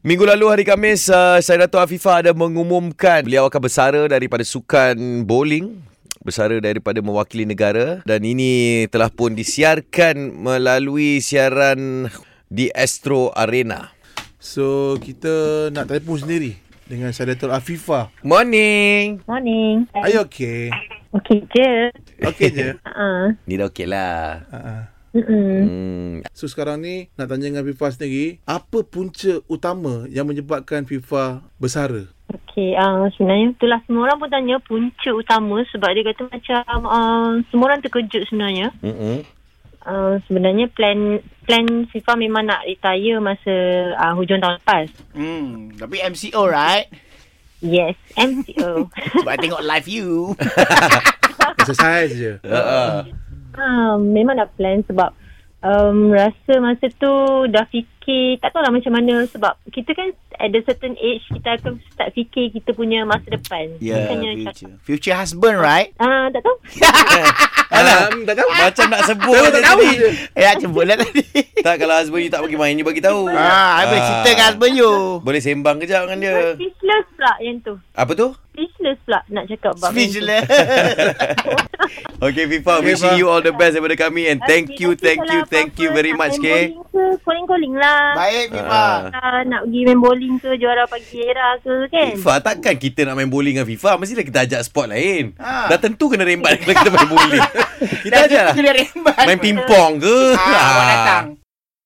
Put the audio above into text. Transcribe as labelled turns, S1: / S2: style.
S1: Minggu lalu hari Khamis, uh, saya Dato' Afifah ada mengumumkan beliau akan bersara daripada sukan bowling bersara daripada mewakili negara dan ini telah pun disiarkan melalui siaran di Astro Arena.
S2: So kita nak telefon sendiri dengan Syadatul Afifah.
S1: Morning.
S3: Morning.
S2: Are you okay?
S3: Okey je.
S2: Okay je.
S3: Uh-uh.
S1: Ni dah okey lah.
S2: Uh-uh.
S3: Mm-mm.
S1: Hmm.
S2: So sekarang ni nak tanya dengan Fifa sendiri, apa punca utama yang menyebabkan Fifa bersara?
S3: Okey, uh, sebenarnya itulah semua orang pun tanya punca utama sebab dia kata macam uh, semua orang terkejut sebenarnya.
S1: Mm-mm.
S3: Uh, sebenarnya plan plan FIFA memang nak retire masa uh, hujung tahun lepas.
S4: Hmm, tapi MCO right?
S3: Yes, MCO.
S4: Sebab I tengok live you.
S2: Exercise je.
S1: Uh-uh.
S3: uh, memang nak plan sebab um, rasa masa tu dah fikir tak tahulah macam mana sebab kita kan at a certain age kita akan start fikir kita punya masa depan.
S4: Yeah,
S3: Bukannya cakap,
S4: future. Future husband right?
S3: Ah, tak tahu.
S2: Alam, tak tahu.
S1: Macam nak sebut
S2: Tak
S1: je
S2: tahu
S1: tadi.
S2: je.
S4: Eh, nak jemput lah tadi.
S1: Tak kalau husband you tak bagi main you bagi tahu.
S4: ah, I boleh cerita dengan husband you.
S1: Boleh sembang kejap dengan dia.
S3: Speechless pula yang tu.
S1: Apa tu?
S3: Speechless pula nak cakap bab
S4: Speechless.
S1: Okay FIFA
S2: Okay,
S1: Wishing
S2: Fa.
S1: you all the best Daripada kami And thank you Thank you
S3: lah,
S1: Thank you very much okay?
S3: Calling-calling lah.
S4: Baik, Fifa.
S3: Uh, nak pergi main bowling ke juara pagi era ke kan.
S1: FIFA takkan kita nak main bowling dengan FIFA Mestilah kita ajak sport lain
S4: Ha.
S1: Dah tentu kena rembat Kalau kita main bowling Kita
S4: Dah
S1: ajak
S4: tu
S1: lah
S4: kena rembat.
S1: Main pingpong ke
S4: Ah, orang datang.